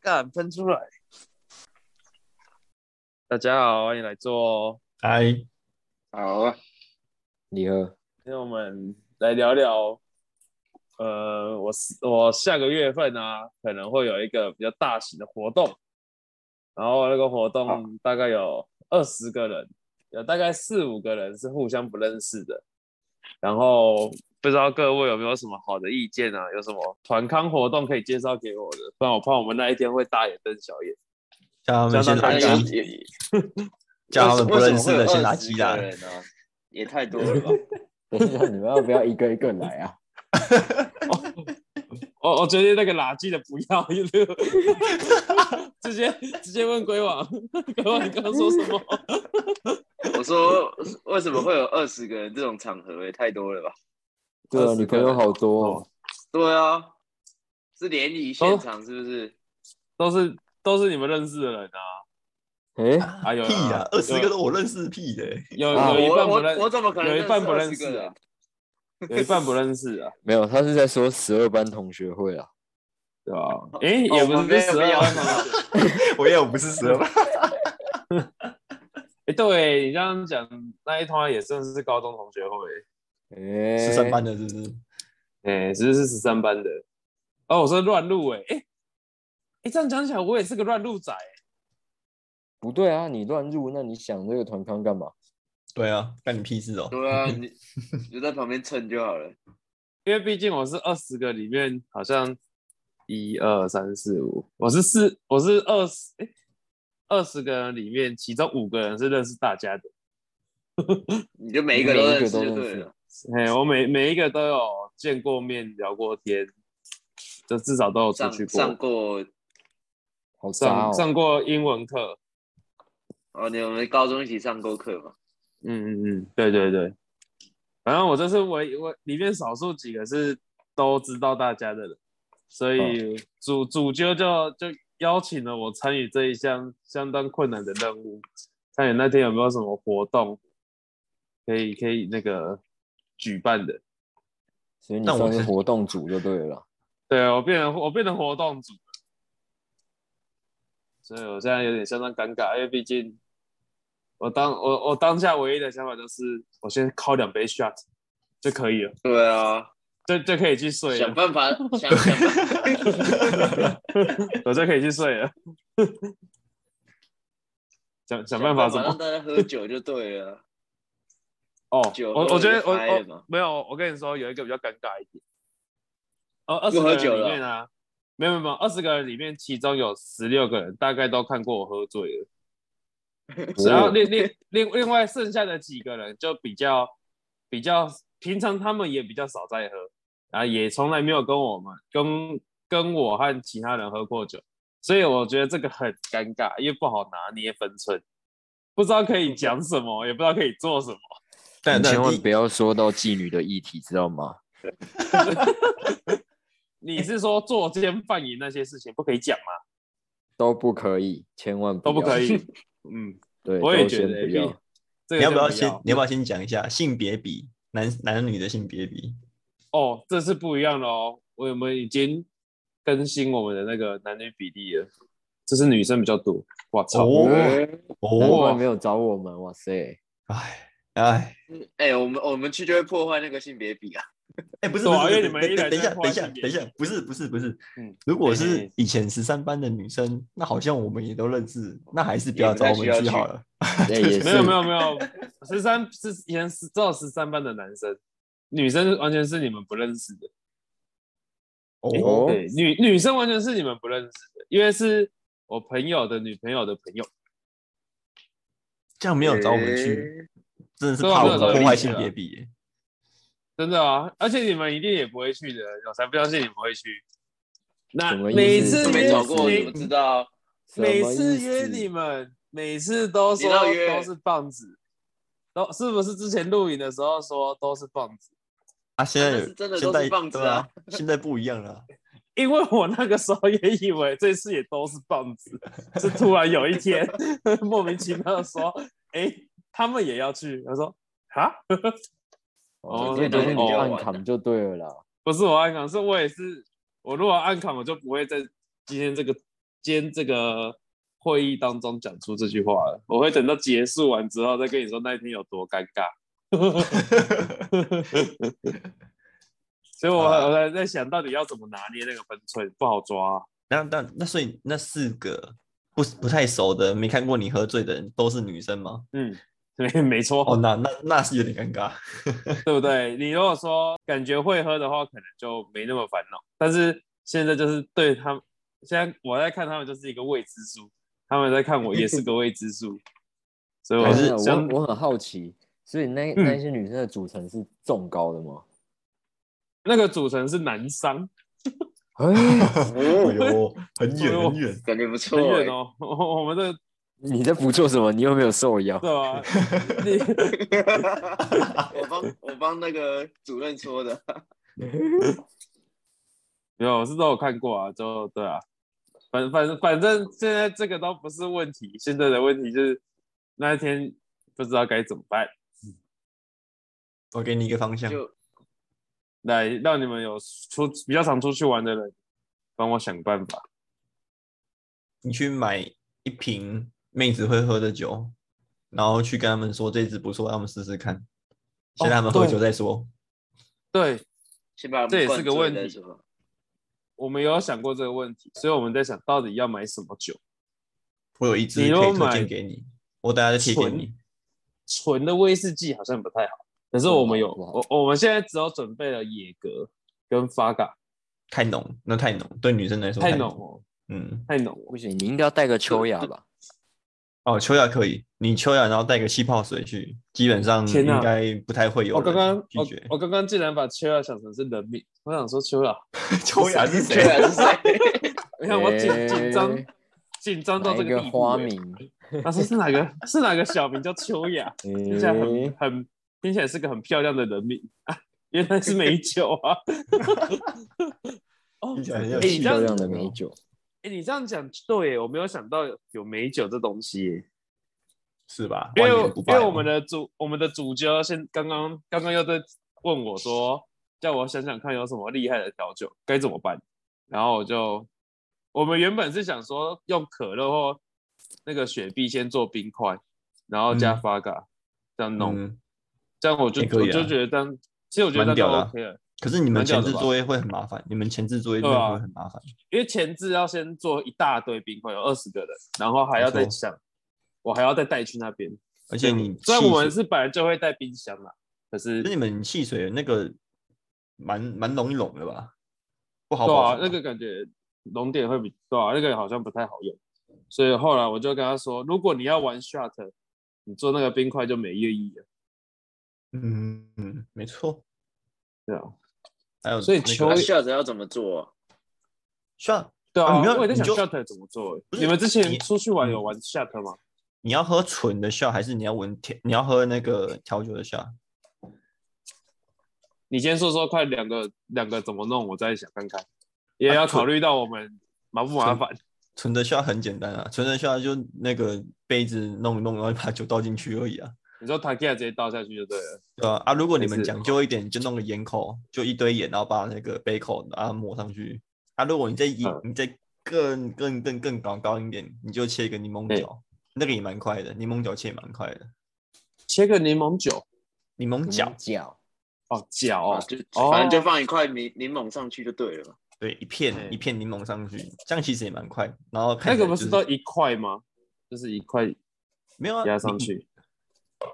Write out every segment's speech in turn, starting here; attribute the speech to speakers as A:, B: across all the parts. A: 干喷出来！大家好，欢迎来做。
B: 嗨，
C: 好啊，
D: 你喝
A: 今天我们来聊聊，呃，我我下个月份啊，可能会有一个比较大型的活动，然后那个活
C: 好
A: 动大概有二十个人，有大概四五个人是互相不认识的，然后不知道各位有没有什么好的意见啊？有什么团康活动可以介绍给我的？不然我怕我们那一天会大眼瞪小眼。
B: 叫他们先
A: 叫他
B: 拿
A: 们
B: 鸡，叫他们不认识的先拿鸡
C: 鸡
B: 来。
C: 也太多了吧？
D: 等一下，你们要不要一个一个来啊？
A: 我我决定哦那个垃圾的不要， 直接直接问鬼王，鬼王你刚刚说什么？
C: 我说为什么会有二十个人这种场合？也太多了吧？
D: 对啊，
A: 20
D: 你朋友好多哦。
C: 对啊，是联谊现场是不
A: 哦都
C: 是？
A: 是都是你们认识的人啊，
D: 哎，
A: 哎呦
B: 屁呀
A: 有，
B: 二十个都我认识屁的，
A: 有
D: 啊
A: 有一
C: 我
A: 半不
C: 我我
A: 认，
C: 怎么可能
A: 有一半不认
C: 识
A: 识
C: 20个
A: 啊
C: 人？
A: 有一半不认识啊，
D: 没有，他是在说十二班同学会啊。
A: 对吧？诶，
C: 哦
A: 也不
C: 我没
A: 是
C: 有
A: 十
C: 必
A: 二
C: 要
A: 班吗？
B: 我也有不是十二班，
A: 哎，对你这样讲，那一团也算是高中同学会，
D: 哎，
B: 十三班的，是不是？
A: 哎，其实是十三班的。哦，我说乱入，哎哎哎，这样讲起来，我也是个乱入仔，
D: 不对啊，你乱入，那你想这个团康干嘛？
B: 对啊，干你屁事哦！
C: 对啊， 你你就在旁边蹭就好了。
A: 因为毕竟我是二十个里面好像一二三四五，我是四，我是二十，哎，二十个人里面，其中五个人是认识大家的，
C: 你就每一个都认识就
D: 每
C: 对
D: 一个都认
C: 了。
A: 哎，我每每一个都有见过面、聊过天，就至少都有出
C: 上
A: 去过，
C: 上过
D: 好渣
A: 上
D: 哦！
A: 上过英文课，
C: 哦，你们高中一起上过课嘛？
A: 嗯嗯嗯，对对对，反正我这是我我里面少数几个是都知道大家的人，所以主、主角就就邀请了我参与这一项相当困难的任务，看你那天有没有什么活动可以可以那个举办的。
D: 所以你
B: 但我
D: 算
B: 是
D: 是活动组就对了啦。
A: 对我变成我变成活动组了，所以我现在有点相当尴尬，因为毕竟我当我我当下唯一的想法就是我先敲两杯 shot 就可以了，
C: 对啊，
A: 就就可以去睡
C: 想
A: 了，
C: 办法 想想办法。
A: 我就可以去睡了。想想办法怎么
C: 让？大家喝酒就对了。
A: 哦，
C: 酒
A: 我我觉得我
C: 喝了就嗨了
A: 我
C: 嘛
A: 没有，我跟你说有一个比较尴尬一点，哦，二十
C: 又喝
A: 个
C: 酒
A: 人里
C: 了
A: 面啊，没有没有没有，二十个人里面其中有十六个人大概都看过我喝醉了。然后
D: 哦
A: 另另另另外剩下的几个人就比较比较平常，他们也比较少在喝，然后也从来没有跟我们跟跟我和其他人喝过酒，所以我觉得这个很尴尬，因为不好拿捏分寸，不知道可以讲什么，也不知道可以做什么。
B: 但
D: 你千万
B: 你
D: 不要说到妓女的议题，知道吗？
A: 你是说作奸犯淫那些事情不可以讲吗？
D: 都不可以，千万
A: 都不可
D: 要。
A: 以。嗯，
D: 对，
A: 我也
D: 都
A: 觉
D: 先
A: 得欸
D: 不要。，
A: 这个
B: 你要不要
A: 先
B: 先你要不要先讲一下性别比男男女的性别比？
A: 哦，这是不一样的哦。我们已经更新我们的那个男女比例了，这是女生比较多。我操！
B: 哦
D: 难
B: 哦，
D: 怪没有找我们，哇 塞！
B: 哎哎
C: 哎、我们我们去就会破坏那个性别比啊。
B: 哎，不是，
A: 对啊
B: 不是
A: 因为你们一来
B: 等一下，
A: 就
B: 等一
A: 在换
B: 下，
A: 性别
B: 等一下，不是不是不是
A: 嗯，
B: 如果是
A: 哎
B: 以前十三班的女生，那好像我们也都认识，那还是不
C: 也
B: 要
C: 不
B: 找
C: 太
B: 我
C: 需要
B: 们去
C: 去
B: 好了。
D: 哎，也是
A: 没有没有没有，十三是以前是只有十三班的男生，女生完全是你们不认识的。
B: 哦
D: 哦
A: 对，女女生完全是你们不认识的，因为是我朋友的女朋友的朋友。
B: 这样没有找我们去，真的是
A: 对啊
B: 怕
A: 没
B: 我
A: 有
B: 们
A: 找
B: 破
A: 你
B: 坏
A: 去
B: 性
A: 啊
B: 别比 耶。
A: 真的啊，而且你们一定也不会去的，我才不相信你们会去。那
D: 什么意思
A: 每次
C: 是
A: 约
C: 没找过，
A: 你
C: 你不知道。
D: 什么
A: 每
D: 意
A: 次约
D: 思
A: 你们，每次都说
C: 你要约
A: 都是棒子，都是不是之前录影的时候说都是棒子？
B: 啊，现在
C: 那
B: 有
C: 是真的
B: 现
C: 都是
B: 在
C: 棒子
B: 对
C: 啊
B: 啊，现在不一样 了啊。
A: 因为我那个时候也以为这次也都是棒子，是突然有一天 莫名其妙的说，哎、他们也要去，我说啊，哦
D: 哦，
A: 这
D: 这
A: 都
D: 都
A: 是
D: 是
A: 你
D: 你
A: 要
D: 暗
C: 玩的
D: 扛就对了啦。
A: 不是我暗扛，是我也是，我如果暗扛，我就不会在今天这个间这个会议当中讲出这句话了。我会等到结束完之后再跟你说那一天有多尴尬。所以我
B: 好啊
A: 我在在想到底要怎么拿捏那个分寸，不好抓啊、
B: 那那那所以那四个不不太熟的、没看过你喝醉的人都是女生吗？
A: 嗯， 没没错，
B: 哦，那那那是有点尴尬。
A: 对不对？你如果说感觉会喝的话，可能就没那么烦恼。但是现在就是对他们，现在我在看他们就是一个未知数，他们在看我也是个未知数，所以我
B: 还是
D: 等一下
A: 相
D: 哎我我很好奇，所以那
A: 啊嗯
D: 那些女生的组成是重高的吗？
A: 那个组成是男商，
D: 哎，
B: 哎
C: 哦，
B: 呦， 很
A: 哎
B: 远
A: 呦
B: 很远，
C: 感觉不错
A: 很远
C: 欸。
A: 哦，我们的
D: 你在不做什么？你又没有受邀？
A: 对啊吧？你
C: 欸我帮我帮那个主任说的，
A: 没有，我是都有看过啊，就对啊，反反正反正现在这个都不是问题，现在的问题就是那一天不知道该怎么办。
B: 我给你一个方向。
C: 就
A: 来让你们有出比较常出去玩的人，帮我想办法。
B: 你去买一瓶妹子会喝的酒，然后去跟他们说这支不错，让他们试试看。先让他们喝酒再说。
A: 对，
C: 先把我们
A: 这也是
C: 灌
A: 个
C: 醉
A: 问
C: 再
A: 题
C: 说
A: 我们有想过这个问题，所以我们在想到底要买什么酒，
B: 我有一支
A: 你如
B: 可
A: 果
B: 以推
A: 买
B: 荐给你，我等下再贴给
A: 纯
B: 你。
A: 纯的威士忌好像不太好，可是我们有
D: 不好
A: 我我们现在只有准备了野格跟发嘎，
B: 太浓，那太浓，对女生来说
A: 太浓
B: 浓。
A: 哦，
B: 嗯，
A: 太浓哦，
D: 不行，你应该要带个秋雅吧？
B: 哦，秋雅可以，你秋雅然后带个气泡水去，基本上
A: 天
B: 应
A: 哪哦
B: 该不太会有
A: 我刚刚
B: 人拒
A: 我
B: 绝。
A: 我刚刚竟然把秋雅想成是人名，我想说秋雅，
B: 秋雅是
C: 对啊，是谁？
A: 你看我紧
D: 哎
A: 紧张紧张到
D: 哪
A: 这
D: 一
A: 地步
D: 花
A: 欸，
D: 名？哎
A: 他说是哪个是哪个小名叫秋 雅？听起来很
D: 哎
A: 很听起来是个很漂亮的人名啊，原来是美酒啊！ 哦，
B: 听起来很有
A: 哎
B: 气
A: 你这
D: 漂
A: 样
D: 亮的美酒，
A: 哎你这样讲对耶，我没有想到有美酒这东西耶，
B: 是吧？
A: 因为
B: 万年不哦
A: 因为
B: 败
A: 我们的主我们的主角先刚刚刚刚又在问我说，叫我想想看有什么厉害的调酒该怎么办，然后我就我们原本是想说用可乐或那个雪碧先做冰块，然后加
B: 嗯
A: 发嘎、这样弄。
B: 嗯，
A: 这样我就、
B: 也可
A: 我
B: 以啊
A: 就觉得这样，其实我觉得
B: 蛮
A: 这样
B: 屌
A: 都
B: 的啊
A: OK 了，
B: 可是你们
A: 蛮屌
B: 前
A: 的
B: 置
A: 吧
B: 作业会很麻烦，你们前置作业真
A: 对
B: 的
A: 啊
B: 会很麻烦。
A: 因为前置要先做一大堆冰块，有二十个人，然后还要再
B: 没错
A: 想，我还要再带去那边。
B: 嗯而且你
A: 虽然
B: 汽
A: 我们
B: 水
A: 是本来就会带冰箱啦，可是
B: 可是你们汽水那个蛮蛮容易拢的吧？不好
A: 对
B: 保
A: 啊，
B: 存
A: 那
B: 吧
A: 个感觉熔点会比对啊，那个好像不太好用，所以后来我就跟他说，如果你要玩 shot，你做那个冰块就没意义了。
B: 嗯嗯，没错。
A: 对啊，
B: 还有
A: 所以
B: 那个
A: 秋
C: 那下子啊要怎么做？啊
B: 需要
A: 对
B: 啊
A: 啊，
B: 你要
A: 我也在
B: 你
A: 想
B: 就
A: shot 怎么做欸。
B: 不是
A: 你们之
B: 你
A: 前出去玩
B: 嗯
A: 有玩 shot 吗？
B: 你要喝纯的笑，还是你要闻调你要喝那个调酒的笑？
A: 你先说说看，两个两个怎么弄，我再想看看，也
B: 啊
A: 要
B: 纯
A: 考虑到我们麻不麻
B: 纯
A: 烦。
B: 纯的笑很简单啊，纯的笑就那个杯子弄一弄，然后把酒倒进去而已啊，
A: 你说塔克亚直接倒下去就对了，
B: 对吧、啊？如果你
A: 没
B: 们
A: 事
B: 讲究一点，就弄个盐口，就一堆盐，然后把那个杯口把它抹上去。啊，如果你再一
A: 嗯
B: 你再更更更更搞高一点，你就切一个柠檬
A: 对
B: 角，那个也蛮快的，柠檬角切也蛮快的。
A: 切个柠檬酒
B: 柠檬角
A: 嗯
D: 角，角，
A: 哦，脚
C: 哦
A: 哦，，
C: 就
A: 哦
C: 反正就放一块柠柠檬上去就对了嘛。
B: 对，一片
A: 嗯
B: 一片柠檬上去，这样其实也蛮快。然后看
A: 那
B: 起
A: 个
B: 来
A: 不
B: 就是
A: 都一块吗？就是一块
B: 没有啊，
A: 压
B: 你
A: 上，去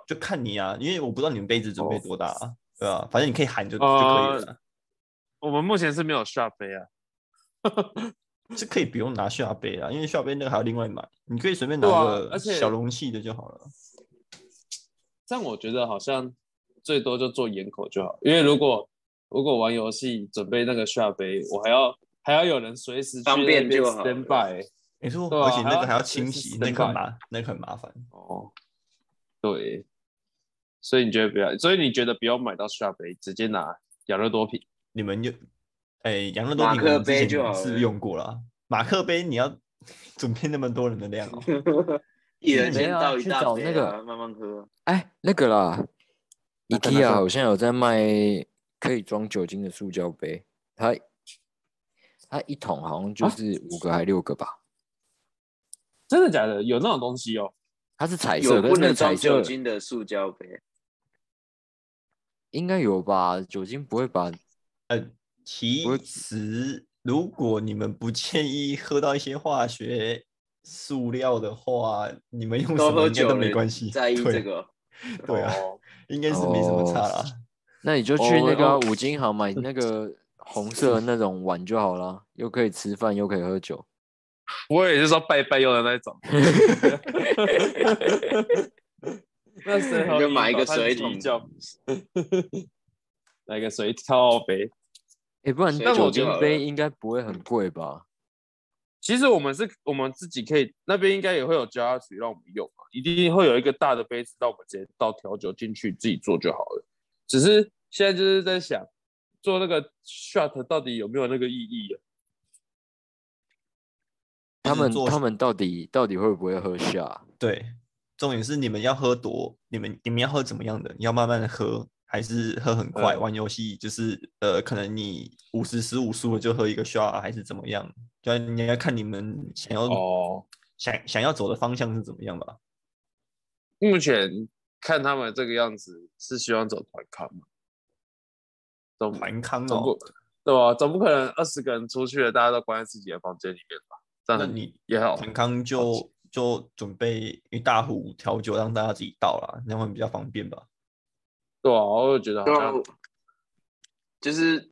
B: 就看你啊，因为我不知道你们杯子准备
A: 哦
B: 多大啊，对啊，反正你可以喊就、
A: 呃
B: 就可以了
A: 我们目前是没有下杯啊，
B: 啊，是可以不用拿下杯啊，因为下杯那个还要另外买，你可以随便拿
A: 对啊
B: 个
A: 而且
B: 小容器的就好了。
A: 这样我觉得好像最多就做盐口就好，因为如果如果玩游戏准备那个下杯，我还要还要有人随时去
C: 方便
A: 那边
C: 就好
A: stand by
B: 没错，
A: 对啊
B: 而且那个
A: 还
B: 还
A: 要
B: 要清洗，
A: 就是 standby
B: 那个很麻，那个很麻烦。
A: 哦，对，所以你觉得不要，所以你觉得不要买到下杯，直接拿养乐多瓶。
B: 你们就，哎、养乐多
C: 马
B: 你
C: 克
B: 们之
C: 杯
B: 前
C: 就好
B: 是
C: 了
B: 用过了，马克杯你要 准备那么多人的量 哦。
C: 一人
D: 没
C: 先
D: 有啊
C: 倒一
D: 去
C: 大
D: 找
C: 杯
D: 那个
C: 啊，慢慢喝啊。
D: 哎，那个啦
A: 哪个哪
D: ，IKEA
A: 个
D: 好像有在卖可以装酒精的塑胶杯，它它一桶好像就
A: 啊
D: 是五个还六个吧？
A: 真的假的？有那种东西哦？
D: 它是彩色，
C: 有
D: 但
C: 不
D: 是那个
C: 能
D: 彩
C: 装
D: 色
C: 酒精的塑胶杯，
D: 应该有吧？酒精不会把
B: 其
D: 我
B: 实，如果你们不介意喝到一些化学塑料的话，你们用
C: 都
B: 什么
C: 喝
B: 应该
C: 酒
B: 都
C: 了，
B: 没关系。
C: 在意
B: 对
C: 这个哦？
B: 对啊，
A: 哦
B: 应该是没什么差啦。
D: 那你就去
A: 哦
D: 那个啊
A: 哦
D: 五金行买那个红色的那种碗就好了，又可以吃饭，又可以喝酒。
A: 我也是说拜拜用的那一种。 那谁喝
C: 你就
A: 饮
C: 买一
A: 料
C: 个
A: 它
C: 水
A: 自己
C: 桶
A: 叫 买个水套杯。
D: 哎、不然
C: 水
A: 酒
D: 酒
A: 就
D: 精
A: 好了
D: 杯应该不会很贵吧？
A: 其实我们是，我们自己可以，那边应该也会有加压水让我们用啊，一定会有一个大的杯子，让我们直接倒调酒进去自己做就好了。只是现在就是在想，做那个 shot 到底有没有那个意义啊？
D: 他
B: 是
D: 们
B: 做
D: 他们到底到底会不会喝下？啊
B: 对，重点是你们要喝多，你们你们要喝怎么样的？要慢慢地喝，还是喝很快？
A: 嗯
B: 玩游戏就是呃，可能你五十十五输了就喝一个 shot，还是怎么样？就你要看你们想要、
A: 哦，
B: 想想要走的方向是怎么样吧。
A: 目前看他们这个样子，是希望走团康嘛？总
B: 团康
A: 总
B: 哦
A: 不，对吧、总不可能二十个人出去了，大家都关在自己的房间里面吧？这
B: 那
A: 样
B: 你
A: 也好，
B: 哦团康就就准备一大壶调酒让大家自己倒啦，那样会比较方便吧。
A: 对啊，我就觉得好像
C: 就就是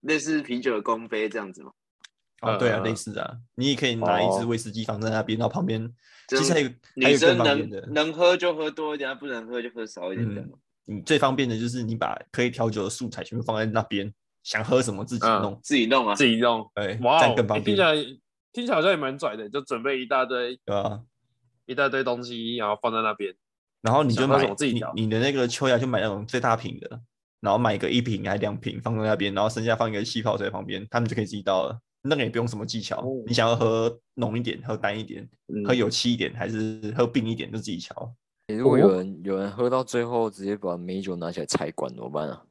C: 类似啤酒的公杯这样子嘛，
B: 哦，对
A: 嗯
B: 啊，
A: 嗯
B: 类
A: 嗯
B: 似的啊，你也可以拿一支
A: 哦
B: 威士忌放在那边，然后旁边
C: 这
B: 其实
C: 样
B: 还有还
C: 女
B: 有
C: 生
B: 更方便的
C: 能，能喝就喝多一点，啊不能喝就喝少一点这样。
A: 嗯
B: 你最方便的就是你把可以调酒的素材全部放在那边，想喝什么自己
A: 嗯
B: 弄，
C: 自己弄啊
A: 自，己弄。
B: 对，这
A: 哇
B: 样
A: 哦，
B: 更方
A: 欸听
B: 便
A: 起，来听起来好像也蛮拽的，就准备一大堆
B: 对吧？
A: 一大堆东西，然后放在那边。
B: 然后你就
A: 想喝
B: 买
A: 什么自己
B: 你
A: 调
B: 你的那个秋雅就买那种最大瓶的，然后买个一瓶还两瓶放在那边，然后剩下放一个气泡水在旁边，他们就可以自己倒了。那个也不用什么技巧，
A: 哦
B: 你想要喝浓一点、喝淡一点、
A: 嗯
B: 喝 有气一点，还是喝冰一点，就自己调。
D: 欸如果有
A: 哦
D: 人有人喝到最后直接把美酒拿起来拆管怎么办啊？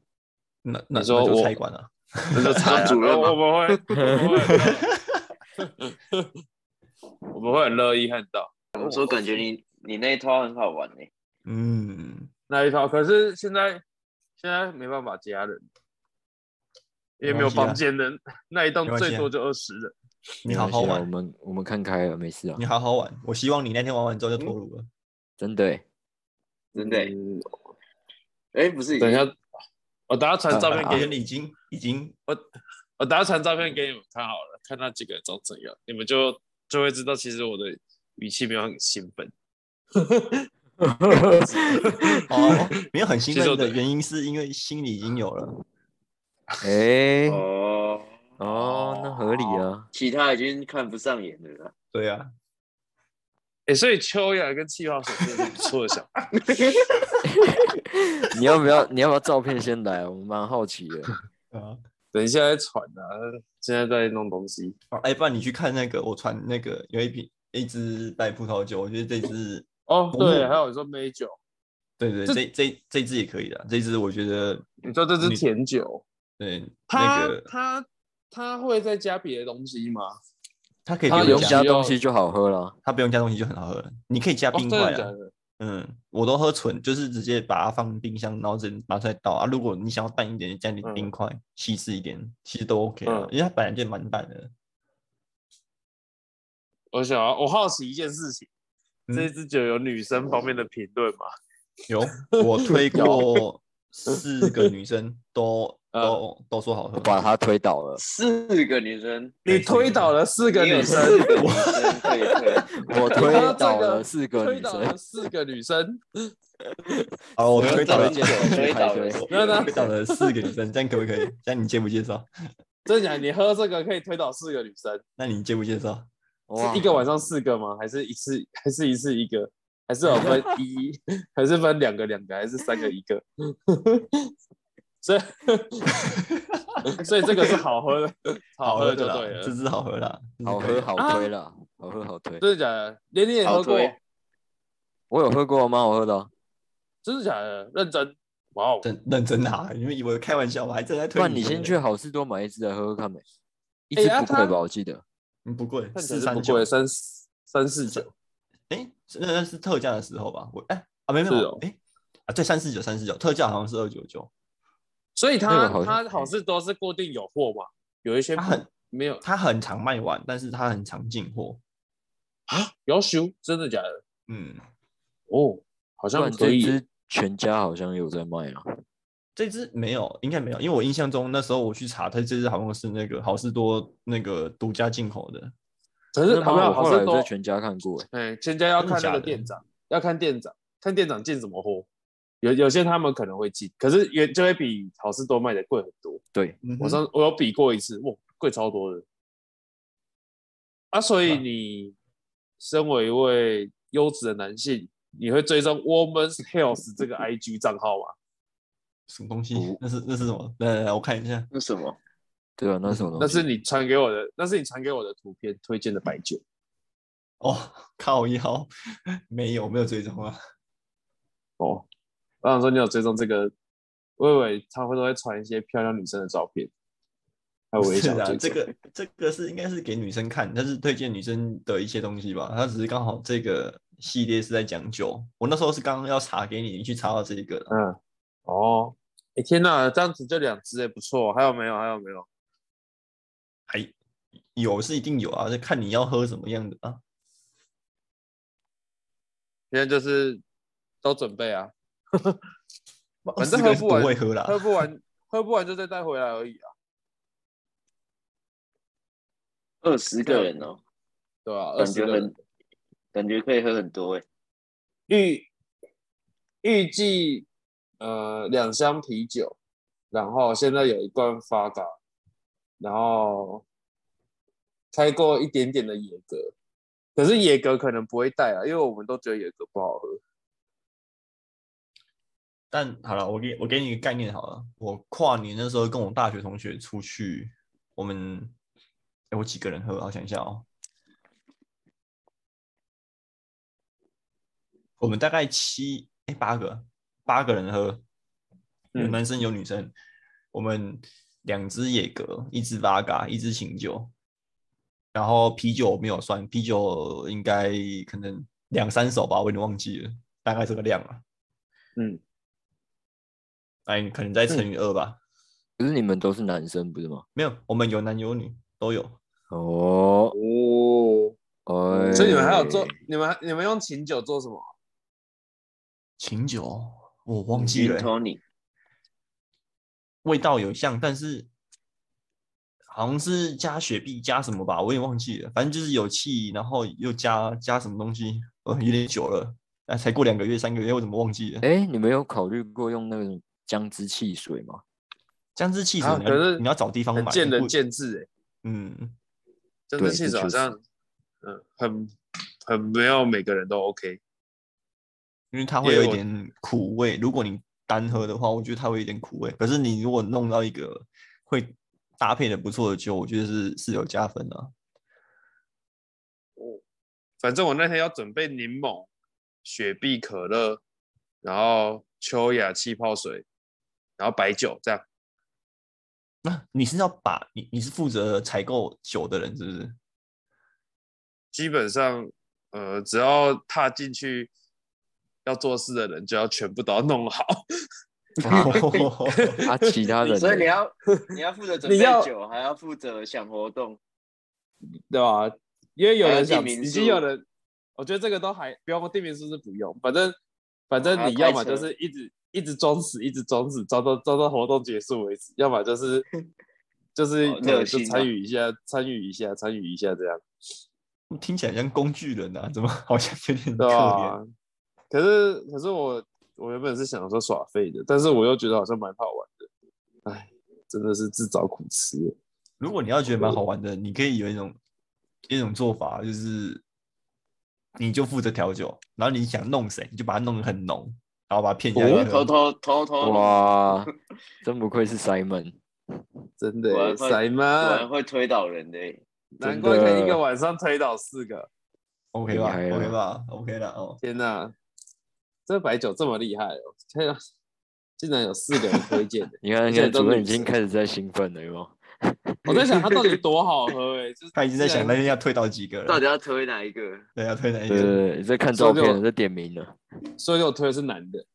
B: 那那
A: 你说
B: 那就
A: 我
B: 菜馆了，
A: 那就惨了
C: 主任吗
A: 我我们会，我们会我们会很乐意看到
C: 我说感觉你你那一套很好玩呢、
B: 嗯，
A: 那一套。可是现在现在没办法加人，也没有
B: 没关系啊
A: 房间人，那一栋
B: 没关系啊
A: 最多就二十人。
B: 你
D: 没
B: 好
D: 关
B: 好
D: 系啊我
B: 玩，
D: 们我们看开了，没事啊
B: 你，好好玩。我希望你那天玩完之后就脱乳了。
D: 真的欸、
C: 真的欸、
A: 嗯
C: 哎、不是，
A: 等一下，我等下传照
B: 我
A: 片
B: 觉
A: 给你
B: 得。你已经已经
A: 我等下传照片给你们看好了，看那几个人长怎样，你们就就会知道，其实我的语气没有很兴奋。
B: 哦，没有很兴
A: 其实我
B: 奋的
A: 对
B: 原因是因为心里已经有了。
D: 哎、
C: 哦，
D: 哦，那合理啊。
C: 其他已经看不上眼了啦。，
B: 对啊，
A: 哎、所以秋雅跟气泡水真的是不错的想法。
D: 你要不要你要不要照片先来啊？我蛮好奇的。
B: 对啊。
A: 等一下再传啊，现在在弄东西。
B: 哦哎，不然你去看那个，我传那个有一瓶一支白葡萄酒，我觉得这支，
A: 哦，对，
B: 哦
A: 还有你说美酒，
B: 对对，
A: 这
B: 这这这支也可以的，这支我觉得，
A: 你说这是
B: 你
A: 甜酒，
B: 对，
A: 它
B: 那个
A: 它它会再加别的东西吗？
B: 它可以
A: 它
B: 不
D: 不
B: 用
D: 用
A: 有
B: 加
A: 加，
D: 加东西就好喝了。
B: 它不用加东西就很好喝了，你可以加
A: 哦，
B: 冰
A: 真
B: 块
A: 的假
B: 啊，
A: 的？
B: 嗯，我都喝纯，就是直接把它放冰箱，然后直接拿出来倒啊。如果你想要淡一点，加点冰块，稀释一点，其实都 OK 啊，
A: 嗯
B: 因为它本来就蛮淡的。
A: 我想要，我好奇一件事情，
B: 嗯
A: 这支酒有女生方面的评论吗？
B: 有，我推过四个女生，都
A: 呃
B: 都都说好喝。
D: 把他推倒了
C: 四个女生，
A: 你推倒了四个
C: 你有
A: 女生，
C: 四个女生可以 推，
D: 我推倒了四个
A: 推
D: 女
A: 倒了
D: 生，
A: 四个女生，
B: 好，我
D: 我
B: 推
D: 推
B: 倒
D: 倒
B: 了
D: 了
B: 介
D: 介
B: 绍
D: 绍，
C: 推倒
D: 推
C: 了
D: 倒了，
A: 没有呢
B: 推倒了四个女生，这样可不可以？这样你介不介绍？
A: 真的假的？你喝这个可以推倒四个女生，
B: 那你介不介绍？
D: 哇
A: 是一个晚上四个吗？还是一次？ 还是一次一个？还是有分一？ 还是分两个两个？还是三个一个？ 所以， 所以这个是好喝的，好喝的
B: 喝
A: 就
B: 啦
A: 对了。
B: 这支好喝啦，这支
D: 好
B: 可以
D: 喝
B: 啦。
D: 好推
A: 啊
D: 了，好喝好推。
A: 真的假的？连你也喝
C: 好
A: 过？
C: 推
D: 我有喝过，蛮好喝的啊。
A: 真的假的？认真？哇哦！
B: 真认真啊！你们以为我开玩笑吗？还正在推
D: 不
B: 女
D: 然
B: 生嘞。
D: 你先去好事多买一支来喝喝看呗，一
A: 哎
D: 支
A: 啊
D: 不
A: 它
D: 贵吧？我记得
B: 嗯，不贵，
A: 看起来
B: 四
A: 是
B: 三
A: 不
B: 九
A: 贵，，三十三四九，
B: 哎，是那那是特价的时候吧？我哎啊，没有没
A: 是
B: 有
A: 哦，
B: 哎、啊，对，三四九三四九，特价好像是二九九，
A: 所以
D: 那
A: 它
D: 个好像
A: 它好事多是固定有货嘛，有一些
B: 它很
A: 没有
B: 它很常卖完，但是它很常进货。
A: 有修，真的假的？
B: 嗯，
A: 哦，好
D: 不
A: 像
D: 然
A: 可
D: 这
A: 以
D: 只全家好像有在卖啊，
B: 这只没有，应该没有，因为我印象中那时候我去查，它这只好像是那个好事多那个独家进口的。
A: 可
D: 真
A: 是啊
D: 的
A: 好没
D: 吗？
A: 有
D: 我
A: 好
D: 后来
A: 事
D: 有在
A: 多，
D: 全家看过、欸，
A: 哎，全家要
B: 真的
A: 看那
B: 假
A: 个
B: 的
A: 店长，要看店长，看店长进什么货。有有些他们可能会进，可是也就会比好事多卖的贵很多。
D: 对，
B: 嗯哼
A: 我上我有比过一次，哇，贵超多的。啊，所以
B: 啊
A: 你身为一位优质的男性，你会追踪 Woman's Health 这个 IG 账 号吗？
B: 什么东西？那是那是什么？来来来，我看一下。
C: 那什么？
D: 对 啊，那什么东
A: 那
D: 西？
A: 是你传给我的，那是你传给我的图片推荐的白酒。
B: 哦，靠腰，没有没有追踪啊。
A: 哦，我想说你有追踪这个，我以为他会都会传一些漂亮女生的照片，还有
B: 不
A: 微
B: 是
A: 笑
B: 啊，这个这个是应该是给女生看，它是推荐女生的一些东西吧。它只是刚好这个系列是在讲酒。我那时候是刚刚要查给你，你去查到这一个了。
A: 嗯，哦，哎、天哪，这样子就两只也不错，还有没有？还有没有？
B: 还有是一定有啊，就看你要喝什么样的啊。
A: 现在就是都准备啊，
B: 反哦
A: 反正喝不完
B: 不会喝啦。
A: 喝不完，喝不完就再带回来而已啊，
C: 二十个人哦，
A: 对吧、啊？
C: 感觉
A: 20个人
C: 很，感觉可以喝很多哎。
A: 预预计呃两箱啤酒，然后现在有一罐发达，然后开过一点点的野格，可是野格可能不会带啊，因为我们都觉得野格不好喝。
B: 但好了，我给我给你一个概念好了。我跨年那时候跟我大学同学出去，我们哎、我几个人喝？我想一下哦。我们大概七哎、八个八个人喝，有
A: 嗯
B: 男生有女生。我们两支野格，一支八嘎，一支醒酒，然后啤酒没有算，啤酒应该可能两三手吧，我有点忘记了，大概这个量啊。
A: 嗯，
B: 哎，你可能再乘以二吧。
D: 可是你们都是男生不是吗？
B: 没有，我们有男有女都有。
D: 哦，
A: 哦，
D: 哎
A: 所以你们还有做，你们还你们用琴酒做什么？
B: 琴酒我忘记了、
C: Tony，
B: 嗯味道有像，但是好像是加雪碧加什么吧，我也忘记了。反正就是有气，然后又加加什么东西，呃，有点久了，哎、才过两个月、三个月，我怎么忘记了？
D: 哎、你们有考虑过用那种姜汁汽水 吗？
B: 姜汁汽水
A: 啊
B: 你要、
A: 可是
B: 你要找地方
A: 很
B: 买，
A: 见仁
B: 不
A: 见智哎、欸，
B: 嗯，
A: 真
D: 对
A: 的
D: 这
A: 气质好
D: 就是
A: 像，嗯，很很没有每个人都 OK。
B: 因为它
A: 因
B: 会
A: 为
B: 有一
A: 我
B: 点苦味。如果你单喝的话，我觉得它会有一点苦味。可是你如果弄到一个会搭配的不错的酒，我觉得是是有加分的、啊。
A: 反正我那天要准备柠檬、雪碧、可乐，然后秋雅气泡水，然后白酒这样。
B: 那你是要把你你是负责采购酒的人是不是？
A: 基本上，呃，只要踏进去要做事的人，就要全部都要弄好。
D: 啊，啊其他人
C: 所以你
D: 呢
C: 要你要负责准
A: 你要
C: 备酒，还要负责想活动。
A: 对吧？因为有人
C: 还
A: 想，
C: 有地名
A: 已
C: 书
A: 经有人，我觉得这个都还不用地名书是不用，反正反正
C: 还要
A: 你要
C: 开
A: 么就
C: 车
A: 是一直一直装死，一直装死，装到装到活动结束为止，要么就是 就是
C: 哦
A: 可
C: 热
A: 能就
C: 心啊
A: 参与一下，参与一下，参与一下这样，
B: 听起来像工具人啊，怎么好像有点可
A: 对啊
B: 怜？
A: 吧？可是可是我我原本是想说耍废的，但是我又觉得好像蛮好玩的，哎，真的是自找苦吃。
B: 如果你要觉得蛮好玩的，你可以有一种一种做法，啊就是你就负责调酒，然后你想弄谁，你就把它弄得很浓，然后把它骗下
A: 哦
B: 来喝。
C: 偷偷偷偷，
D: 哇，真不愧是 Simon，
A: 真的
C: 果
A: 耶，
C: 然会
A: 塞
C: 果然
A: 吗？
C: 会推倒人的欸。
A: 难
D: 真
A: 怪可以
D: 的
A: 一个晚上推倒四个。
B: OK
D: 厉
B: 吧
D: 害
B: ？OK
D: 了，
B: 吧？OK 了哦。
A: 天呐，这白酒这么厉害哦！天啊，竟然有四个人推荐的
D: 你看，
A: 而
D: 你
A: 且
D: 看，
A: 都
D: 主任
A: 女
D: 已经
A: 生
D: 开始在兴奋了，有没有？
A: 我在想它到底多好喝哎、就是
B: 他已经在想那天要推倒几个
C: 到
B: 了，
C: 底要推哪一个？
B: 对，要推哪一
D: 对对
B: 个？
D: 对，在看
A: 所以
D: 照
A: 就
D: 片了，在点名了，
A: 所以我推的是男的。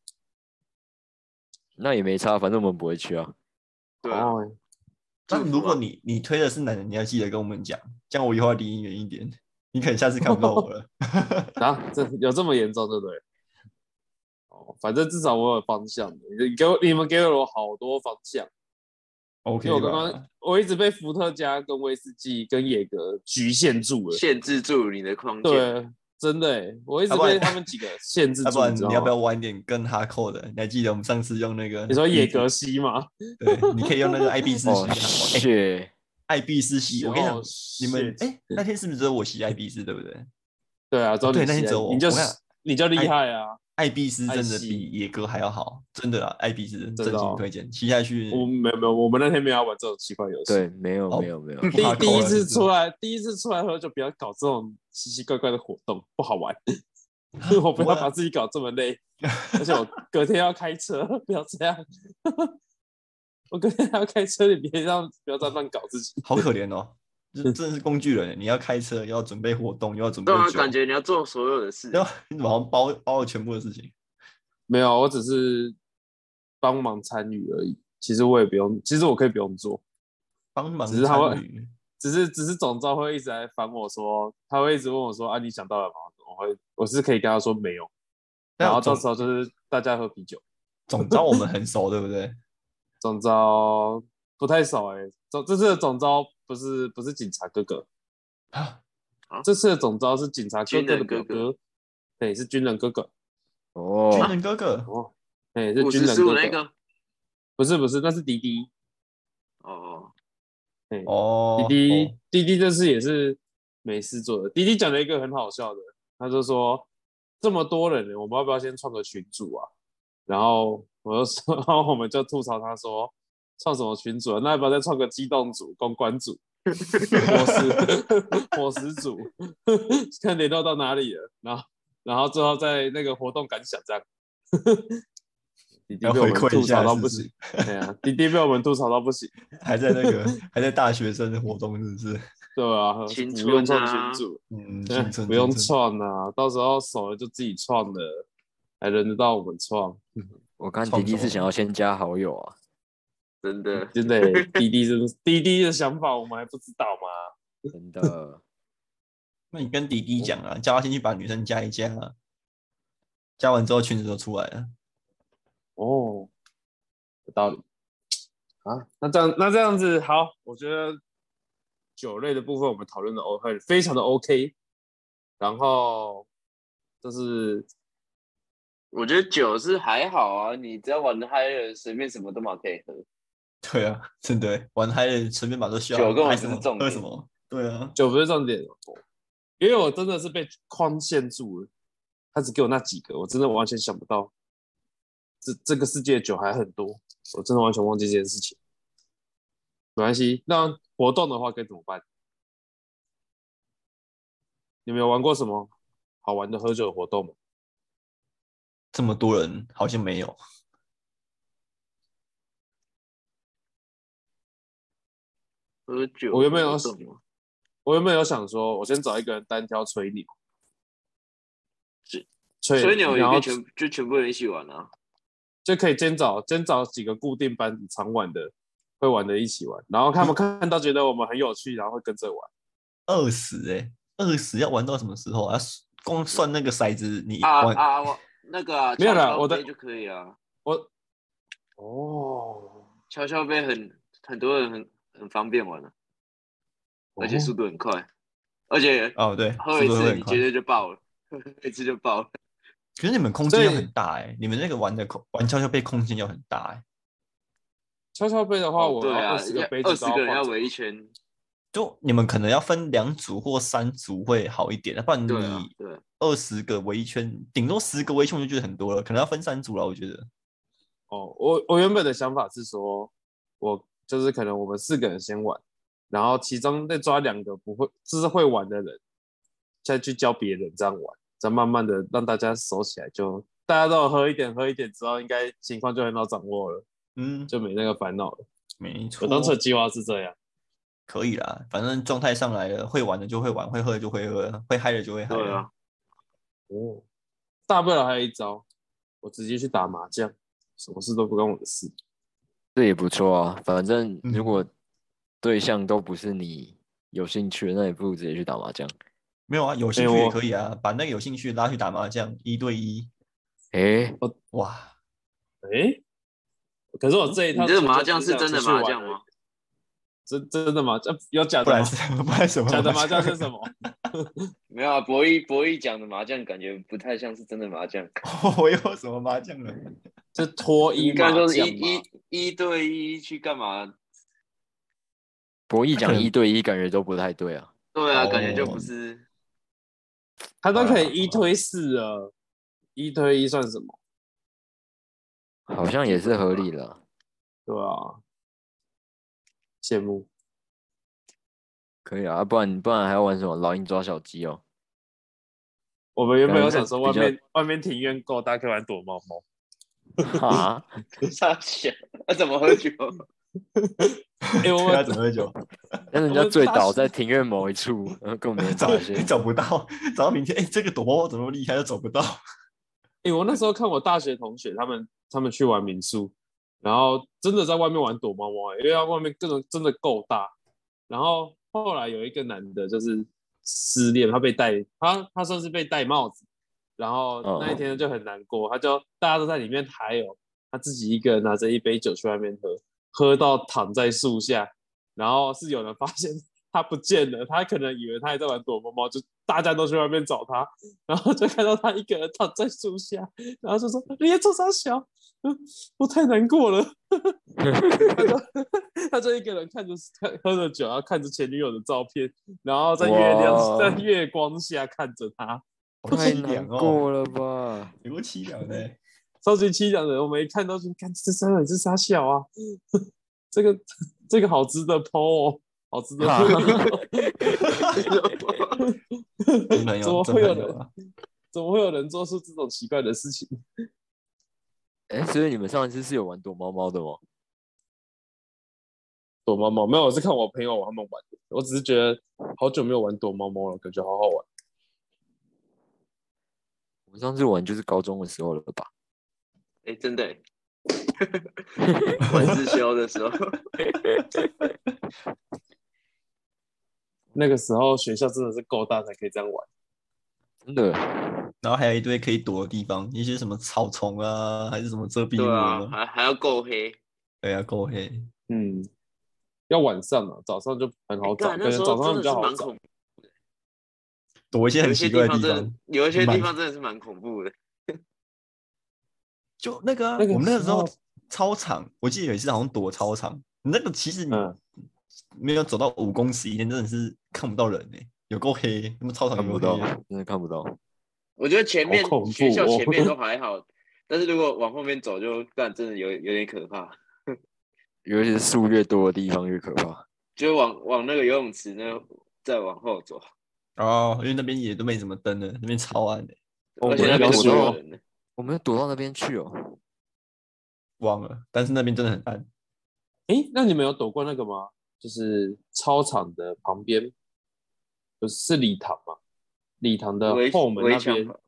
D: 那也没差，反正我们不会去啊。
C: 对啊，
A: 哦
B: 但如果
C: 祝福啊
B: 你你推的是男人，你要记得跟我们讲，这样我以后要离你远一点，你可能下次看不到我了。
A: 啊，这有这么严重，对不对？哦，反正至少我有方向的。你给我，你们给了我好多方向。
B: OK
A: 因为我刚
B: 吧
A: 刚？我一直被伏特加、跟威士忌、跟野格局限住了。
C: 限制住你的框架。
A: 对，真的欸，我一直
B: 要不然
A: 被他们几个限制
B: 要
A: 住。
B: 不然
A: 知
B: 你
A: 道
B: 要不
A: 吗
B: 要晚一点更哈扣的？你还记得我们上次用那个？
A: 你说野格西吗？
B: 对，你可以用那 个艾必斯
D: 哦，
B: 吸，哎，
D: 谢，
B: 艾必斯吸，我跟你讲
A: 哦，
B: 你们
A: shit
B: 哎，那天是不是只有我吸艾必斯，对不对？
A: 对啊，只有
B: 对
A: 你
B: 那天
A: 吸
B: 只有我
A: 你就
B: 我看
A: 你就厉
B: 哎
A: 害啊！
B: 艾必斯真
A: 艾
B: 的
A: 希
B: 比野哥还要好，真的啊！艾必斯真
A: 真的哦
B: 真心推荐，吸下去。
A: 我们没有没有，我们那天没有要玩这种奇怪游戏。
D: 对，没有
B: 哦
D: 没有没有，
B: 嗯
A: 第
B: 怕
A: 第
B: 高
A: 一
B: 了
A: 次
B: 是不是
A: 出来，第一次出来喝就不要搞这种奇奇怪怪的活动，不好 玩。我不
B: 不会
A: 要
B: 啊
A: 把自己搞这么 累，而且我隔天要开车，不要这样。 我隔天还要开车，你别让不要再乱搞自己。
B: 好可怜 哦，这真的是工具人，你要开车，又要准备活动，又 要准备
C: 对啊，
B: 酒，
C: 感觉你要做所有的事。
A: 啊
B: 然后你怎么好像包包了全部的事情？
A: 没有，我只是帮忙参与而已。其实我也不用，其实我可以不用做，
B: 帮忙
A: 只是他会
B: 参与，
A: 只是只是总召会一直来烦我说，他会一直问我说啊，你想到了吗？我会我是可以跟他说没有，
B: 那
A: 然后
B: 总
A: 到时候就是大家喝啤酒。
B: 总招我们很熟，对不对？
A: 总招不太熟哎、总这次的总招不是不是警察哥哥，
B: 啊
A: 这次的总招是警察哥
C: 军
A: 哥的
C: 人
A: 表
C: 哥哥
A: 哥，对，是军人哥哥，
D: 哦
B: 军，
C: 嗯
B: 人 哥哥，
A: 哦，对，是
C: 五
A: 军
C: 十
A: 人
C: 十
A: 哥
C: 五
A: 哥，
C: 那个。
A: 不是不是，那是迪迪，
C: 哦，
A: 对，
B: 哦，
A: 迪迪、
B: 哦
A: 迪迪这次也是没事做的，迪迪讲了一个很好笑的，他就说这么多人，我们要不要先创个群组啊？然后我就说， 然后我们就吐槽他说。创什么群组啊？那要不要再创个机动组、公关组？伙 食伙食组，看联络到哪里了，然后然后最后在那个活动感想这样， 弟弟
B: 要
A: 被我
B: 回
A: 们
B: 馈一
A: 吐槽
B: 下，
A: 到
B: 是
A: 不
B: 不是
A: 行，对啊，弟弟被我们吐槽到不行，
B: 还在那个还在大学生的活动，是不是？
A: 对啊，
C: 青
A: 不
C: 春
A: 用创
C: 啊
A: 群组，
B: 嗯，
A: 对
B: 青春
A: 不用
B: 青春
A: 创啊，到时候熟了就自己创了，还轮得到我们创？
D: 我看
B: 创
D: 迪迪
B: 作
D: 是想要先加好友啊，
C: 真的，
A: 真的欸耶，弟弟真的是弟弟的想法我们还不知道吗？
C: 嗯
D: 真的，
B: 那你跟迪迪讲啊，叫他先去把女生加一加啊，加完之后裙子都出来了。
A: 哦，有道理啊。那这样，那这样子好，我觉得酒类的部分我们讨论的 O 很非常的 OK，然后就是
C: 我觉得酒是还好啊，你只要玩的嗨了，随便什么都嘛可以喝。
B: 对啊，真的欸玩嗨了，随便把这需要
C: 酒根本
B: 还
C: 不
B: 什
C: 是
B: 么
C: 重
B: 喝
C: 点
B: 什么？对啊，
A: 酒不是重点，哦因为我真的是被框限住了，他只给我那几个，我真的完全想不到，这这个世界的酒还很多，我真的完全忘记这件事情。没关系，那活动的话该怎么办？你们有玩过什么好玩的喝酒活动吗？
B: 这么多人好像没有，
C: 喝酒，
A: 我原本有
C: 什么？
A: 我原本有想说，我先找一个人单挑吹牛，
C: 是
A: 吹
C: 吹牛也
A: 然
C: 可
A: 后
C: 以全就全部人一起玩啊。
A: 就可以先找先找几个固定班底常玩的，会玩的一起玩，然后他们
C: 嗯
A: 看到觉得我们很有趣，然后会跟着玩。
B: 二十哎，二十要玩到什么时候啊？光算那个骰子，你
C: 啊
B: 玩
C: 啊，我那个啊
A: 没有啦
C: 敲敲
A: 我的
C: 杯就可以啊，
A: 我哦，
C: 敲敲杯很很多人很很方便玩啊，而且
A: 哦
C: 速度很快，而且
B: 哦对，
C: 喝
B: 速
C: 一
B: 度会
C: 次
B: 很
C: 你
B: 快
C: 绝。对就爆了， 喝一次就爆了。
B: 可是你们空
A: 所
B: 间要
A: 以
B: 很大哎，你们那个玩的空玩跷跷杯空间要很大哎，
A: 跷跷杯的话，我
C: 对啊，
A: 二十个杯
C: 二
A: 子
C: 十
A: 都
C: 个人要嗯
A: 放
C: 围一圈，
B: 就你们可能要分两组或三组会好一点，要不然
C: 对啊
B: 你
C: 对，
B: 二十个围一圈，顶多十个围一圈我就觉得很多了，可能要分三组了，我觉得。
A: 哦，我我原本的想法是说，我就是可能我们四个人先玩，然后其中再抓两个不会，就是会玩的人，再去教别人这样玩，再慢慢的让大家熟起来就，大家都有喝一点喝一点之后，应该情况就很好掌握了，
B: 嗯，
A: 就没那个烦恼了。
B: 没错。
A: 我当初的计划是这样，
B: 可以啦，反正状态上来了，会玩的就会玩，会喝的就会喝，会嗨的就会嗨。
C: 对啊，
A: 哦，大不了还有一招，我直接去打麻将，什么事都不关我的事。
D: 这也不错啊。反正
B: 嗯
D: 如果对象都不是你有兴趣的，那也不如直接去打麻将。
B: 没有啊，有兴
A: 哎
B: 趣也
A: 我
B: 可以啊，把那个有兴趣拉去打麻将，一对一，
D: 诶、
B: 哇，
A: 诶、可是我这一
C: 你
A: 套
C: 这个
A: 纯粹
C: 麻将
A: 只
C: 是
A: 想
C: 真的
A: 出去玩
C: 麻将吗？？
A: 真真的麻将有假
B: 不
A: 的
B: 然
A: 吗？
B: 是不然什么
A: 假的麻将是什么？
C: 没有啊，博弈博弈讲的麻将感觉不太像是真的麻将，
B: 我有什么麻将了？
A: 是 脱衣
C: 应
A: 麻
C: 该
A: 将
C: 说是一
A: 吗？
C: 一一对一去干嘛？
D: 博弈
B: 可
D: 讲
B: 能
D: 一对一，感觉都不太对啊。
C: 对啊，
B: 哦
C: 感觉就不是
A: 他都可以一推四了，一推一算什么？
D: 好像也是合理的啊。
A: 对啊，羡慕。
D: 可以啊，啊不然不然还要玩什么老鹰抓小鸡哦？
A: 我们原本
D: 感觉
A: 有想说
D: 比
A: 外
D: 较
A: 面外面庭院够，大家可以玩躲猫 猫。
D: 啊，
C: 傻小，那啊怎么喝酒？
A: 哎、我
B: 要
A: 们
B: 啊怎么喝酒？
D: 那人
A: 我
D: 家
A: 们
D: 醉
A: 发
D: 倒
A: 现
D: 在庭院某一处，然 后跟我们
B: 找
D: 打一些。
B: 找不到，找到明天，哎、这个躲猫猫怎么那么厉害，都找不到。
A: 哎、我那时候看我大学同学他们他们去玩民宿，然后真的在外面玩躲猫猫、欸，因为他外面各种真的够大。然后后来有一个男的，就是失恋，他被戴他他算是被戴帽子，然后
D: 嗯
A: 那一天就很难过，他就大家都在里面嗨哦，他自己一个人拿着一杯酒去外面喝，喝到躺在树下，然后是有人发现他不见了，他可能以为他还在玩躲猫猫，就大家都去外面找他，然后就看到他一个人躺在树下，然后就说：“你在做啥小？嗯我太难过了。”他就他就一个人看着看喝着酒，然后看着前女友的照片，然后在月亮
D: 哇
A: 在月光下看着他，
B: 好
D: 太
B: 凄
D: 难
B: 凉
D: 过
B: 哦，
D: 了吧？
B: 有个凄凉的、
A: 超级凄凉的。我们一看到就看这三人是傻小啊， 这个这个好值得剖哦，好值得 po 哦。
B: 真的有，
A: 怎么
B: 真
A: 会
B: 的
A: 有人
B: 啊
A: 怎么会有人做出这种奇怪的事情？
D: 哎、所以你们上一次是有玩躲猫猫的哦吗？
A: 躲猫猫没有，我是看我朋友他们玩的，我只是觉得好久没有玩躲猫猫了，感觉好好玩。
D: 我们上次玩就是高中的时候了吧？
C: 哎，真的欸， 晚自修的时 候，
A: 那个时候学校真的是够大才可以这样玩。
D: 真的，
B: 哦然后还有一堆可以躲的地方，一些什么草丛啊，还是什么遮蔽
C: 对
B: 物
C: 啊，
B: 啊，
C: 还还要够黑。
B: 对啊，够黑。
A: 嗯，要晚上啊，早上就很好找，
C: 干
A: 可
C: 那
A: 能
C: 时
A: 早
C: 候
A: 上比
C: 真的
A: 较
C: 是
A: 好
C: 蛮
A: 找。
C: 恐，
B: 躲一些
C: 有
B: 很
C: 一些
B: 奇怪
C: 地
B: 的
C: 方
B: 地
C: 真的
B: 方，，
C: 有一些地
B: 蛮
C: 方真的是蛮恐怖的。
B: 就那个啊、
A: 那个
B: 我们那个
A: 时
B: 时候
A: 候
B: 操场，我记得有一次好像躲操场，那个其实你
A: 嗯
B: 没有走到五公尺一天，真的是看不到人哎、有够黑，那么操场
D: 看
B: 有
D: 不
B: 够
D: 到
B: 黑啊、，
D: 真的看不到。
C: 我觉得前面
A: 好恐怖
C: 学校
A: 哦
C: 前面都还 好，但是如果往后面走就干，真的有有点可怕。
D: 尤其是树越多的地方越可怕。
C: 就往往那个游泳池呢，再往后走，
B: 哦，因为那边也都没什么灯了，那边超暗欸的、
A: 哦
C: 而且那
A: 我要
C: 边都没
A: 说
C: 有
A: 哦
C: 人呢。
D: 我们躲到那边去哦。
B: 忘了，但是那边真的很暗。
A: 诶，那你们有躲过那个吗？就是操场的旁边，不是是礼堂嘛？礼堂的
C: 围
A: 后门
C: 围
A: 那
C: 墙
A: 边
C: 旁。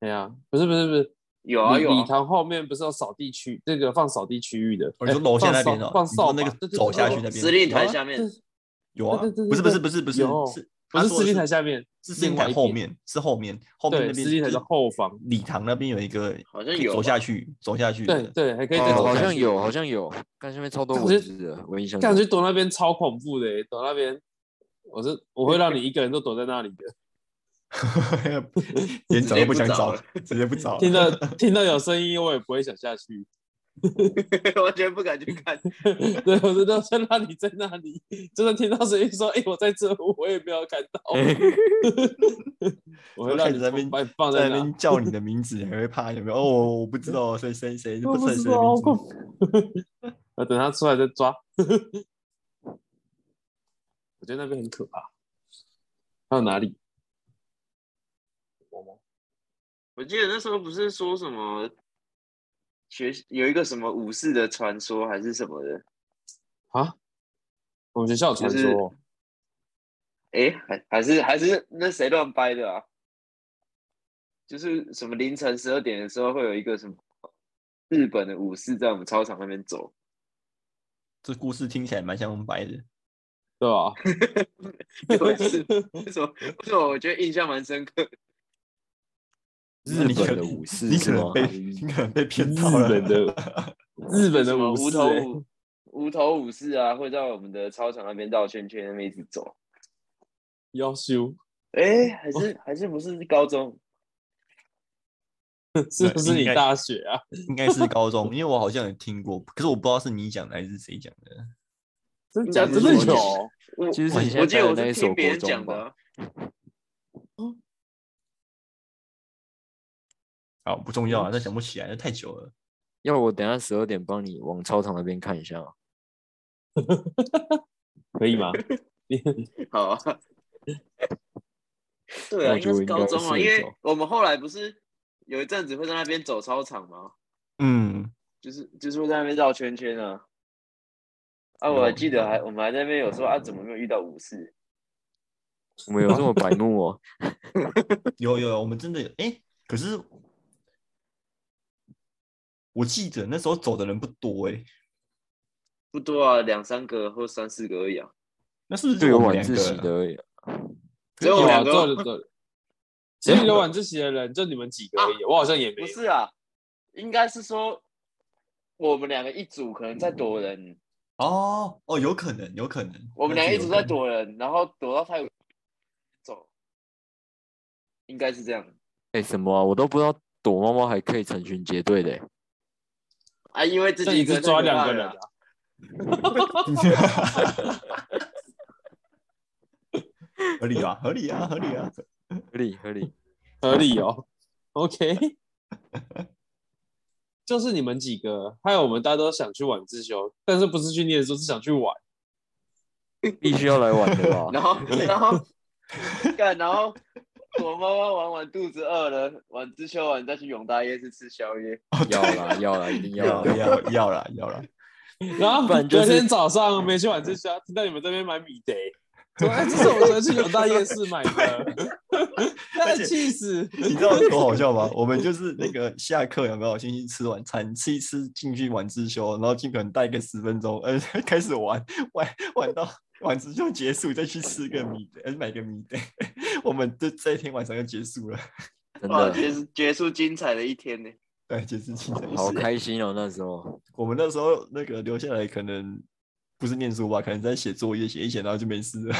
A: 对呀、不是不是不是，
C: 有啊
A: 礼
C: 有啊
A: 礼堂后面不是有扫地区，那个放扫地区域的，
B: 我就
A: 诶
B: 楼
A: 放
B: 下那
A: 扫
B: 边哦，
A: 放
B: 你说
A: 扫
B: 那
A: 把
B: 个
A: 对对
B: 走
A: 对
B: 下
A: 对
B: 去那边，
C: 司令台
B: 有啊
C: 下面
A: 对
B: 有啊
A: 对对对，
B: 不是不
A: 对
B: 是不是不是
A: 有
B: 是，
A: 不
B: 他
A: 是
B: 说
A: 司
B: 的
A: 令台下面，
B: 是司
A: 另
B: 令
A: 外
B: 台
A: 一
B: 后
A: 边
B: 面，是后面，后面
A: 对
B: 那边
A: 司令台
B: 就是
A: 的后方
B: 礼堂那边有一个
C: 好像
B: 可以
C: 有
B: 走
C: 吧
B: 下去，走下去的
A: 对对，还可以
B: 哦
A: 再走
D: 好
A: 下
D: 像
A: 去
D: 有，好像有，看下面超多
A: 感
D: 蚊
A: 觉
D: 子的，我印象
A: 感
D: 中
A: 觉躲那边超恐怖的、欸，躲那边，我是我会让你一个人都躲在那里 的。
B: 连
C: 直
B: 找
C: 接
B: 都不
C: 不
B: 想
C: 找
B: 找
C: 了，
B: 直接不找了。
A: 听 到听到有声音，我也不会想下去。
C: 完全不敢去看。
A: 对，我知道在那里，在那里，就算听到声音说“哎、我在这”，我也不要看到。
B: 哎
A: 我会让你
B: 在那边
A: 把你放
B: 在那
A: 那里。
B: 边叫你的名字，还会怕有没有？哦，我不知道，谁谁谁
A: 我
B: 不
A: 不
B: 知道
A: 知道，
B: 谁的
A: 好
B: 名
A: 恐
B: 字。
A: 怖。 我等他出来再抓。 我觉得那边很可怕。还有哪里？
C: 我记得那时候不是说什么学有一个什么武士的传说还是什么的，
A: 啊？我们学校有传
C: 就是
A: 说，
C: 诶，还还是还是那谁乱掰的啊？就是什么凌晨十二点的时候会有一个什么日本的武士在我们操场那边走，
B: 这故事听起来蛮像我们白的。
A: 对吧？
C: 有一 次为什么？为什么我觉得印象蛮深刻的？
B: 那
D: 日
B: 你可
D: 本的武士
B: 你可
D: 是吗
B: 能？
A: 啊
B: 被你可能被骗到
A: 日
B: 了。
A: 本的日本
C: 什
A: 的
C: 么
A: 武士
C: 无头
A: 欸，
C: 武无头武士啊，会在我们的操场那边绕圈圈，那边一直走。
A: 要修
C: 诶，还
D: 哦
C: 是还是不是高中？
A: 是不是
B: 应
A: 你
B: 该
A: 大学啊？
B: 应该是高中，因为我好像有听过，可是我不知道是你讲的还是谁讲的。
A: 真
C: 应
A: 假
C: 该
A: 真
C: 是
A: 的有
C: 我讲我
D: 其实是你
C: 我记
D: 现在
C: 得
D: 待
C: 我
D: 的那
C: 是
D: 一所
C: 听别
D: 国
C: 人讲
D: 中
C: 的
D: 吧？
C: 啊，
B: 好，不重要啊，但想不起来，那太久了。
D: 要我等一下十二点帮你往操场那边看一下吗，哦
A: 可以吗？
C: 好啊。对啊，
D: 那
C: 应该
D: 就是应该
C: 高中啊，
D: 是
C: 因为
D: 走
C: 我们后来不是有一阵子会在那边走操场吗？
B: 嗯，
C: 就是就是会在那边绕圈圈啊。啊，
B: 有
C: 我还记得还我们还在那边有说啊，怎么没有遇到武士？
D: 我们有这么白目 哦？
B: 有有有，我们真的有。哎、可是我记得那时候走的人不多哎、
C: 不多啊，两三个或三四个而已啊。
B: 那是不是只
D: 就有
B: 有我们
D: 晚
B: 两
D: 自习的
B: 个？
D: 而已啊。
C: 只有我
A: 有啊，
C: 两个
A: 对对对。 其实有晚自习的人就你们几个而已，我好像也没
C: 不
A: 有。
C: 是啊，应该是说我们两个一组可能在躲人，
B: 哦哦，有可能，有可能。
C: 我们俩
B: 那
C: 一
B: 是
C: 直
B: 有
C: 在
B: 可能。
C: 躲人，然后躲到他有走，应该是这样。
D: 哎、什么啊？我都不知道躲猫猫还可以成群结队的欸、
C: 啊，因为自
A: 这一
C: 己一
A: 次
C: 个人
A: 抓
C: 太可
A: 两
C: 怕
A: 个
C: 了
A: 人
C: 啊
A: 啊，
B: 合理吧？合理啊，合理啊。
D: 合理合理。
A: 合理哦。OK，就是你们几个，还有我们大家都想去晚自修，但是不是去念书，是想去玩。
D: 必须要来玩的吧？
C: 然后然后干，然后躲猫猫玩完肚子饿了，晚自修完再去永大夜市吃宵夜。
D: 要啦要啦，一定 要啊
B: 要要啊
D: 啦！
B: 要啦要啦，
A: 然后
D: 不然就
A: 昨
D: 是
A: 天早上没去晚自修，听到你们这边买米德，说哎，这是我昨天去永大夜市买的， 那
B: 而且
A: 气死！
B: 你知道多好笑吗？我们就是那个下课有没有先去吃晚餐，吃一吃进去晚自修，然后尽可能待个十分钟，呃， 开始玩玩玩到晚自修结束再去吃个米，呃，买个米的， 我们这这一天晚上就结束了，
D: 真
C: 哇，
D: 的
C: 结束结束精彩的一天呢。
B: 对，结束清晨。
D: 好开心哦，那时候
B: 我们那时候那个留下来可能不是念书吧，可能在写作业，写一写然后就没事了。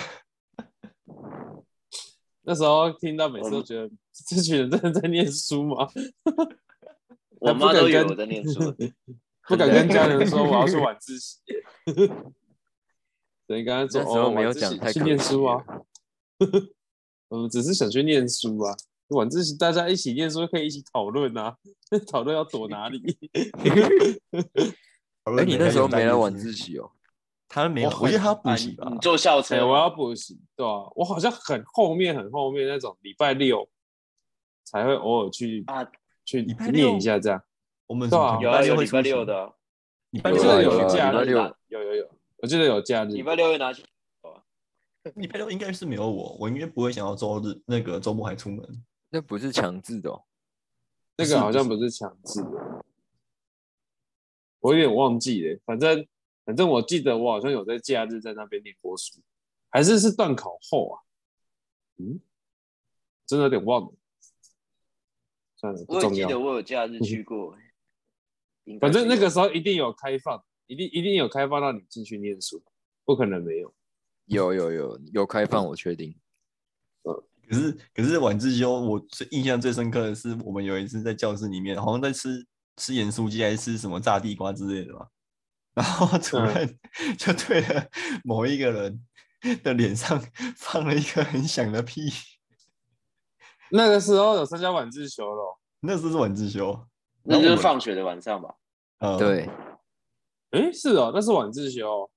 A: 那时候听到每次
C: 嗯
A: 都觉得这群人真的在念书吗？
C: 我
A: 不
C: 妈
A: 敢
C: 都有
A: 跟
C: 我在念书，
A: 不敢
C: 对
A: 跟家人说我要去晚自习。 对，刚刚
D: 那
A: 说
D: 时候
A: 哦，
D: 没有
A: 晚自习
D: 讲太
A: 去
D: 可
A: 念
D: 惜
A: 书啊
D: 了，。
A: 我们只是想去念书啊。晚自习大家一起念书，可以一起讨论啊， 讨论要躲哪里。
D: 哎，
B: 哎
D: 你那时候没来晚自，习哦？
B: 他没有，
A: 我
B: 我觉得他
C: 啊
B: 补习吧
C: 你，你坐校车
A: 哎、，我要补习，对啊，我好像很后面很后面那种，礼拜六才会偶尔去
C: 啊
A: 去
B: 礼拜
A: 念
B: 六
A: 一下这样。
B: 我们
A: 对啊
B: 什么
C: 有啊
B: 礼拜
C: 有
B: 会
C: 礼拜
B: 出席
C: 六的，啊，
B: 礼拜
A: 但
D: 有
A: 是
D: 啊有
A: 有
D: 啊
A: 假
D: 礼拜
A: 日
D: 六
A: 吧？有有有，我记得有假日
C: 礼。拜六会拿去。
B: 礼拜六应该是没有我，我应该不会想要周日那个周末还出门。
D: 那不是强制的哦。
A: 那
B: 是
A: 个好像不是强制的，我有点忘记了。反正反正我记得我好像有在假日在那边念过书，还是是断考后啊？嗯，真的有点忘了。算了，不
C: 我也
A: 重
C: 记
A: 要
C: 得。我有假日去过，应该
A: 反
C: 是
A: 正那
C: 有
A: 个时候一定有开放，一定一定有开放让你进去念书，不可能没有。
D: 有有有有开放，我确定。
B: 可是可是晚自修，我最印象最深刻的是，我们有一次在教室里面，好像在吃吃盐酥鸡还是吃什么炸地瓜之类的吧，然后主
A: 嗯
B: 任就对着某一个人的脸上放了一个很响的屁。
A: 那个时候有参加晚自修了，
B: 那时候是晚自修，
C: 那就是放学的晚上吧。
B: 呃，，
D: 对，
A: 诶，是哦，那是晚自修哦、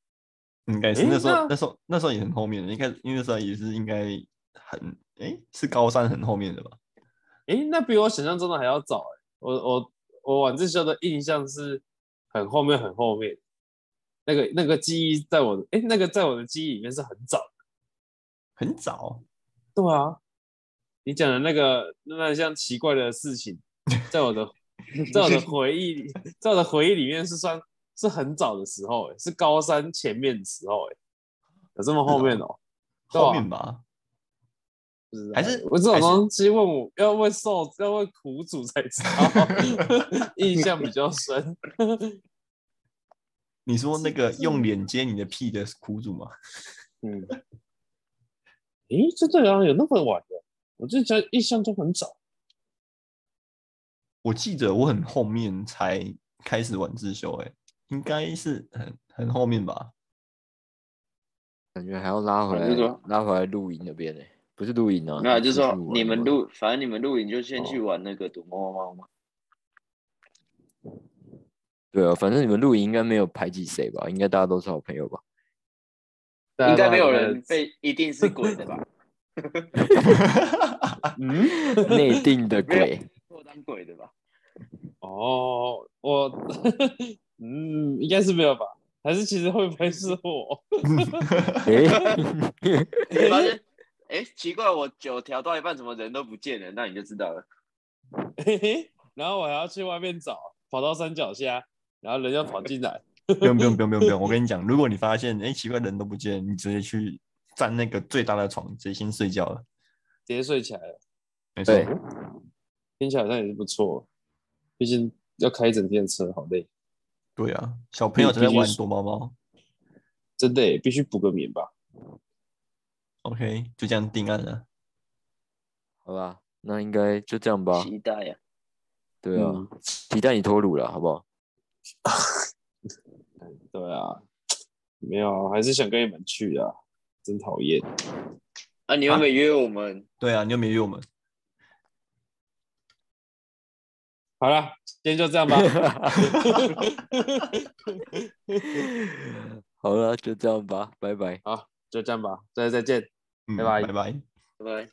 B: 应该是
A: 诶
B: 那时
A: 那
B: 候那时候那时候也很后面的，应该因为那时候也是应该很哎是高三很后面的吧。
A: 诶，那比我想象中的还要早欸诶，我我我晚自修的印象是很后面很后面，那个那个记忆在我的，哎，那个在我的记忆里面是很早的。
B: 很早，
A: 对啊，你讲的那个那像奇怪的事情，在我的在我的回忆里，在我的回忆里面是算是很早的时候、诶欸是高三前面的时候、诶欸有这么后面哦、对啊
B: 后面吧，
A: 不知道
B: 还是
A: 哎我这种
B: 还是
A: 东西问我要问受要问苦主才知道， 印象比较深。
B: 你说那个用脸接你的屁的苦主吗？
A: 嗯，诶，这对啊，有那么晚的？我就觉得印象中很早。
B: 我记得我很后面才开始晚自修、欸，哎，应该是很很后面吧？
D: 感觉还要拉回
C: 我
D: 来
C: 就说，
D: 拉回来露营那边呢、欸不是露营啊，
C: 那就是说
D: 出去玩
C: 你们
D: 的
C: 录，反正你们录影就先去玩那个躲猫猫嘛。
D: 对啊，反正你们露营应该没有排挤谁吧？应该大家都是好朋友 吧？
C: 啊
A: 啊
C: 应该没有人被一定是鬼的吧？
A: 嗯
D: 内定的
C: 没有
D: 鬼，
C: 我当鬼的吧？
A: 哦，我 嗯应该是没有吧？还是其实会不会是我？
D: 哎、
C: 你发现？哎，奇怪，我酒调到一半，怎么人都不见了？那你就知道了。
A: 嘿嘿，然后我还要去外面找，跑到山脚下，然后人家跑进来。
B: 不用不用不用不用不用，我跟你讲，如果你发现哎、诶奇怪人都不见，你直接去占那个最大的床，直接先睡觉了。
A: 直接睡起来了，
B: 没错，
D: 对，
A: 听起来好像也是不错，毕竟要开一整天的车，好累，
B: 对啊，小朋友
A: 必
B: 在
A: 必须
B: 玩
A: 是
B: 躲猫猫。
A: 真的耶必须补个眠吧。
B: OK，就这样定案了。
D: 好吧，那应该就这样吧。
C: 期待啊呀、
D: 对啊，
A: 嗯
D: 期待你脱乳了，好不好？
A: 对啊，没有，啊还是想跟你们去啊，真讨厌。
C: 啊！你有没有约我们？
B: 对啊，你又没约我们，
A: 好了，今天就这 样吧。
D: 好了，就这样吧，拜拜。
A: 好，就这样吧，大家再见。
B: 嗯
A: 拜拜
B: 拜拜。
C: 拜拜。